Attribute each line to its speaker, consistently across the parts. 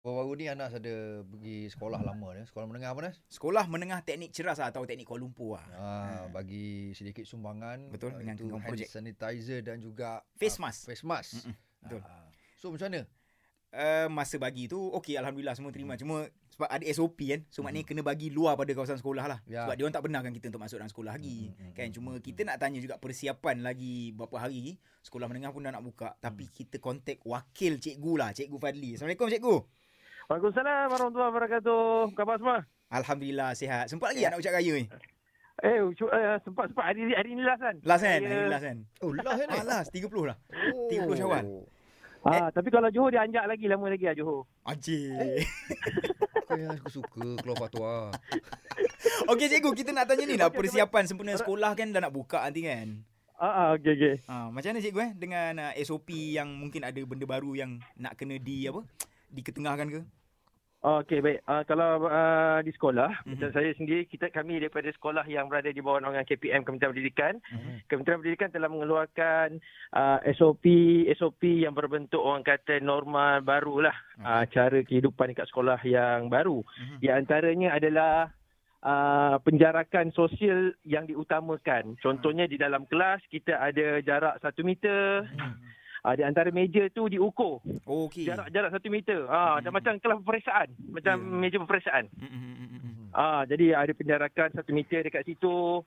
Speaker 1: Baru-baru ni Anas ada pergi sekolah lama dia. Sekolah menengah apa Nas?
Speaker 2: Sekolah Menengah Teknik Ceras lah, atau Teknik Kuala Lumpur lah.
Speaker 1: Ha, bagi sedikit sumbangan ah,
Speaker 2: Betul, dengan
Speaker 1: itu
Speaker 2: kengkong
Speaker 1: hand
Speaker 2: projek.
Speaker 1: sanitizer dan juga
Speaker 2: Face
Speaker 1: ah,
Speaker 2: mask.
Speaker 1: Face mask.
Speaker 2: Mm-mm, betul.
Speaker 1: Ah, so macam mana?
Speaker 2: Uh, masa bagi tu okey alhamdulillah semua terima
Speaker 1: Hmm.
Speaker 2: cuma sebab ada SOP kan so maknanya kena bagi luar pada kawasan sekolah lah
Speaker 1: Ya.
Speaker 2: sebab dia orang tak benarkan kita untuk masuk dalam sekolah
Speaker 1: Hmm,
Speaker 2: lagi
Speaker 1: hmm,
Speaker 2: kan cuma kita nak tanya juga persiapan lagi berapa hari lagi. sekolah menengah pun dah nak buka tapi
Speaker 1: Hmm.
Speaker 2: kita kontak wakil cikgu lah cikgu Fadli Assalamualaikum cikgu
Speaker 3: Waalaikumsalam warahmatullahi wabarakatuh. Khabar semua?
Speaker 2: Alhamdulillah sihat
Speaker 1: Ya.
Speaker 2: sempat lagi tak nak ucap raya ni
Speaker 3: Eh, ucu, eh sempat-sempat hari ni hari ni last kan?
Speaker 2: last kan
Speaker 3: Saya-
Speaker 2: hari last kan
Speaker 1: Oh, lah Oh. kan?
Speaker 2: ah, last 30 lah 30 Syawal.
Speaker 3: Ah, tapi kalau Johor dia anjak lagi lama lagi lah Johor.
Speaker 2: Ajik
Speaker 1: Kau yang suka-suka keluar fatwa.
Speaker 2: Okey cikgu kita nak tanya ni lah
Speaker 3: Okey, okey,
Speaker 2: persiapan sempena sekolah kan dah nak buka nanti kan
Speaker 3: Ah, ah okey okey.
Speaker 2: Ha, macam mana cikgu eh dengan uh, SOP yang mungkin ada benda baru yang nak kena di apa? Diketengahkan ke?
Speaker 3: Ah, Okey baik. Ah, kalau ah, di sekolah,
Speaker 2: Mhm.
Speaker 3: macam saya sendiri kita kami daripada sekolah yang berada di bawah naungan KPM Kementerian Pendidikan, Kementerian Pendidikan telah mengeluarkan ah, SOP SOP yang berbentuk orang kata normal barulah. Ah, cara kehidupan dekat sekolah yang baru.
Speaker 2: Mhm.
Speaker 3: Di antaranya adalah uh, penjarakan sosial yang diutamakan. Contohnya di dalam kelas kita ada jarak satu meter. Uh, di antara meja tu diukur.
Speaker 2: Okey.
Speaker 3: Jarak jarak satu meter. Ha,
Speaker 2: Hmm.
Speaker 3: dan macam kelas peperiksaan. Macam
Speaker 2: Ya.
Speaker 3: meja peperiksaan.
Speaker 2: Mm, mm, mm, mm, mm.
Speaker 1: Hmm.
Speaker 3: Ah, jadi ada penjarakan satu meter dekat situ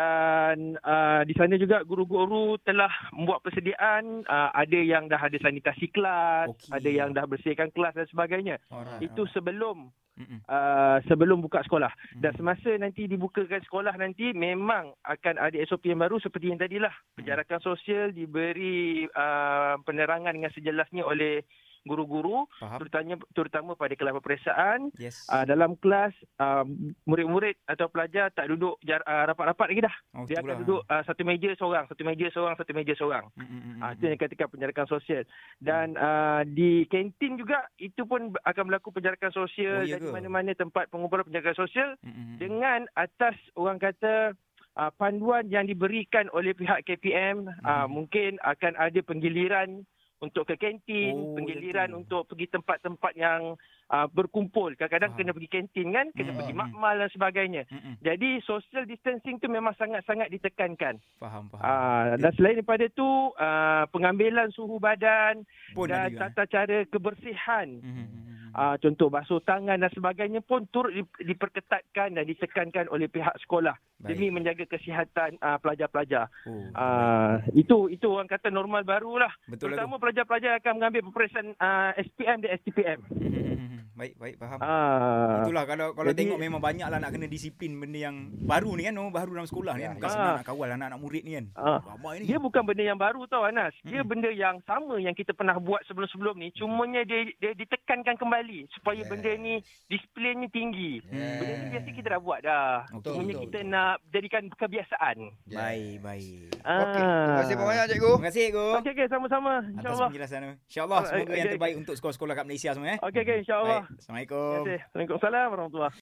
Speaker 3: dan uh, di sana juga guru-guru telah membuat persediaan uh, ada yang dah ada sanitasi kelas,
Speaker 2: Okey. Ah.
Speaker 3: ada yang dah bersihkan kelas dan sebagainya.
Speaker 2: Mm-hmm. Alright,
Speaker 3: Itu
Speaker 2: alright.
Speaker 3: sebelum
Speaker 2: Mm, mm,
Speaker 3: uh, sebelum buka sekolah.
Speaker 2: mm.
Speaker 3: Dan semasa nanti dibukakan sekolah nanti memang akan ada SOP yang baru seperti yang tadilah. Penjarakan sosial diberi uh, penerangan dengan sejelasnya oleh guru-guru
Speaker 2: faham.
Speaker 3: terutama terutama pada kelas peperiksaan.
Speaker 2: Yes.
Speaker 3: Uh, dalam kelas uh, murid-murid atau pelajar tak duduk jar, uh, rapat-rapat lagi dah.
Speaker 2: Oh, tu
Speaker 3: Dia
Speaker 2: lah.
Speaker 3: akan duduk uh, satu meja seorang, satu meja seorang, satu meja seorang.
Speaker 2: Mm, mm, mm,
Speaker 3: Ah,
Speaker 2: mm,
Speaker 3: itu yang dikatakan penjarakan sosial. Dan ah, di kantin juga, itu pun akan berlaku penjarakan
Speaker 2: Oh,
Speaker 3: sosial.
Speaker 2: iya
Speaker 3: dan di
Speaker 2: ke?
Speaker 3: mana-mana tempat pengumpulan penjarakan sosial
Speaker 2: mm, mm, mm.
Speaker 3: Hmm. dengan atas orang kata ah, panduan yang diberikan oleh pihak KPM. ah,
Speaker 2: Hmm.
Speaker 3: mungkin akan ada penggiliran untuk ke kantin,
Speaker 2: Oh,
Speaker 3: penggiliran
Speaker 2: itu.
Speaker 3: untuk pergi tempat-tempat yang ah, berkumpul. Kadang-kadang
Speaker 2: Faham.
Speaker 3: kena pergi kantin kan, kena
Speaker 2: Ah. Hmm.
Speaker 3: pergi
Speaker 2: Hmm.
Speaker 3: makmal dan sebagainya.
Speaker 2: Mm, mm.
Speaker 3: Jadi social distancing tu memang sangat-sangat ditekankan.
Speaker 2: Faham, faham.
Speaker 3: Ah, dan selain daripada tu ah, pengambilan suhu badan
Speaker 2: Pun ada
Speaker 3: dan
Speaker 2: juga, eh.
Speaker 3: tata cara kebersihan
Speaker 2: Mm, mm, mm, mm.
Speaker 3: ah, contoh basuh tangan dan sebagainya pun turut di- diperketatkan dan ditekankan oleh pihak sekolah
Speaker 2: Mm-hmm. Baik.
Speaker 3: demi menjaga kesihatan ah, pelajar-pelajar.
Speaker 2: Oh,
Speaker 3: Ah, itu itu orang kata normal barulah.
Speaker 2: betul lah tu.
Speaker 3: Terutama pelajar-pelajar yang akan mengambil peperiksaan ah, SPM dan STPM.
Speaker 2: Mm, mm, mm, mm. Baik, baik, faham.
Speaker 3: Ah.
Speaker 2: Itulah kalau kalau
Speaker 3: Jadi-
Speaker 2: tengok memang banyak lah nak kena disiplin benda yang baru ni kan, oh, baru dalam sekolah ni kan.
Speaker 1: Ya,
Speaker 2: Bukan
Speaker 3: ya.
Speaker 2: senang
Speaker 3: Ah.
Speaker 2: nak kawal anak-anak murid ni kan.
Speaker 3: Ah.
Speaker 2: Ramai ni.
Speaker 3: Dia bukan benda yang baru tau Anas. Dia
Speaker 2: Mm-mm.
Speaker 3: benda yang sama yang kita pernah buat sebelum-sebelum ni. Cumanya dia, dia ditekankan kembali supaya
Speaker 1: Yes.
Speaker 3: benda ni disiplinnya tinggi.
Speaker 2: Yeah.
Speaker 3: Benda ni biasa kita dah buat dah.
Speaker 2: Okey.
Speaker 1: Betul,
Speaker 3: Cumanya
Speaker 1: betul,
Speaker 3: kita
Speaker 1: betul.
Speaker 3: nak jadikan kebiasaan.
Speaker 1: Yeah.
Speaker 2: Baik, baik.
Speaker 1: Okey. Terima kasih banyak cikgu.
Speaker 2: Terima kasih, Go.
Speaker 3: Oh. Okey, okey. Sama-sama.
Speaker 2: Atas
Speaker 3: InsyaAllah.
Speaker 2: penjelasan tu. InsyaAllah
Speaker 3: Ah,
Speaker 2: semoga
Speaker 3: eh,
Speaker 2: yang
Speaker 3: eh,
Speaker 2: terbaik
Speaker 3: eh.
Speaker 2: untuk sekolah-sekolah kat Malaysia semua eh.
Speaker 3: Okey, okey. InsyaAllah.
Speaker 2: Baik.
Speaker 3: Terima
Speaker 2: Assalamualaikum.
Speaker 3: kasih. Waalaikumsalam warahmatullahi